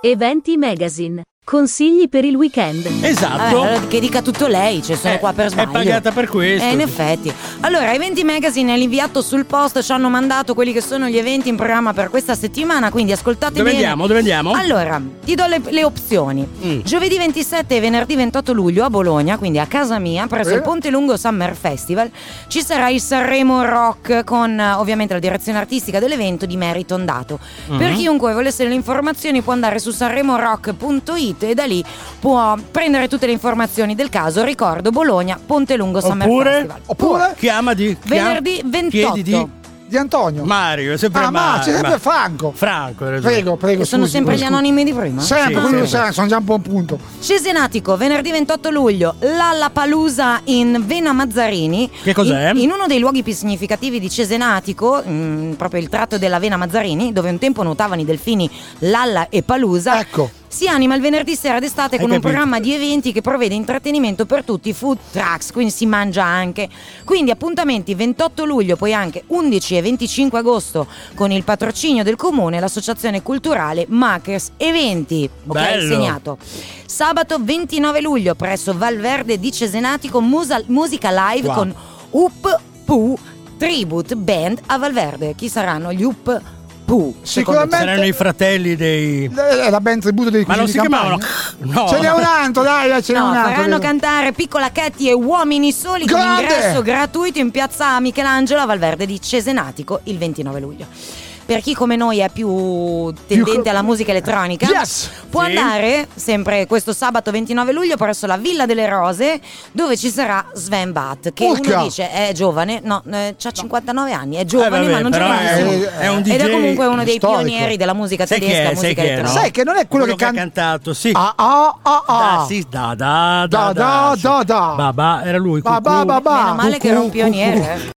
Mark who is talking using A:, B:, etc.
A: Eventi Magazine. Consigli per il weekend.
B: Esatto.
C: Eh, allora che dica tutto lei, cioè sono
B: Eh,
C: qua per
B: è
C: sbaglio.
B: pagata per questo.
C: Eh, in effetti. Allora, Eventi Magazine e l'inviato sul post ci hanno mandato quelli che sono gli eventi in programma per questa settimana, quindi ascoltate
B: Dove
C: bene.
B: andiamo? Dove andiamo?
C: Allora, ti do le, le opzioni.
B: Mm.
C: Giovedì 27 e venerdì 28 luglio a Bologna, quindi a casa mia, presso
B: Eh?
C: il Ponte Lungo Summer Festival, ci sarà il Sanremo Rock con eh, ovviamente la direzione artistica dell'evento di Mary Tondato.
B: Mhm.
C: Per chiunque volesse le informazioni può andare su sanremorock.it e da lì può prendere tutte le informazioni del caso. Ricordo Bologna, Ponte Lungo Summer
B: Oppure,
C: Festival.
D: Oppure?
B: chiama di chiama-
C: Venerdì 28.
B: chiedi di
D: Di Antonio.
B: Mario, è sempre
D: Ah, ma
B: Mario.
D: c'è sempre Franco.
B: Franco, hai ragione.
D: Prego, prego.
C: Che sono
D: scusi,
C: sempre gli
D: scusi.
C: anonimi Eh. di prima.
D: Sempre,
B: Sì, sempre.
D: quello sa, sono già un buon punto.
C: Cesenatico, venerdì 28 luglio, Palusa in Vena Mazzarini.
B: Che cos'è?
C: In, in uno dei luoghi più significativi di Cesenatico, mm, proprio il tratto della Vena Mazzarini, dove un tempo nuotavano i delfini Lalla e
B: Ah,
C: Palusa.
D: Ecco.
C: Si anima il venerdì sera d'estate
B: Hai
C: con un
B: capito.
C: programma di eventi che prevede intrattenimento per tutti, food trucks, quindi si mangia anche. Quindi appuntamenti 28 luglio, poi anche 11 e 25 agosto con il patrocinio del comune, l'associazione culturale Makers Eventi. Ok,
B: Bello.
C: segnato. Sabato 29 luglio presso Valverde di Cesenatico musa- musica live
B: Wow.
C: con Up Poo Tribute Band a Valverde. Chi saranno gli Up Poo? secondo te?
D: Sicuramente-
B: Saranno i fratelli dei...
D: Eh, È la ben tributo dei
B: Ma non
D: cugini
B: si
D: di campagna.
B: chiamavano... No.
D: Ce n'è un altro, dai, dai, ce n'è
C: No,
D: un altro.
C: faranno
D: vedo.
C: cantare Piccola Catti e Uomini Soli
D: Grande!
C: con ingresso gratuito in piazza Michelangelo a Valverde di Cesenatico il 29 luglio. Per chi come noi è più tendente alla musica elettronica,
D: Yes!
C: può
B: Sì.
C: andare sempre questo sabato 29 luglio presso la Villa delle Rose, dove ci sarà Sven Bat. Che
D: Urca!
C: uno dice è giovane, no, ha 59 anni, è
B: Eh,
C: giovane,
B: vabbè,
C: ma non
B: però
C: giovane.
B: è, un,
C: nessuno.
B: è un DJ...
C: Ed è comunque uno dei
D: storico.
C: pionieri della musica
B: Sai chi
C: tedesca,
B: è? Sai
C: musica
B: chi è,
C: elettronica.
B: no?
D: Sai che non è quello,
B: Quello che ha
D: can-
B: cantato, sì.
D: Ah ah ah ah.
B: Da, sì, da, da, da,
D: Da, da, da, da.
B: Babà, era lui.
D: Ba, ba,
B: cucù.
D: ba, ba.
C: Meno male che era un pioniere. eh.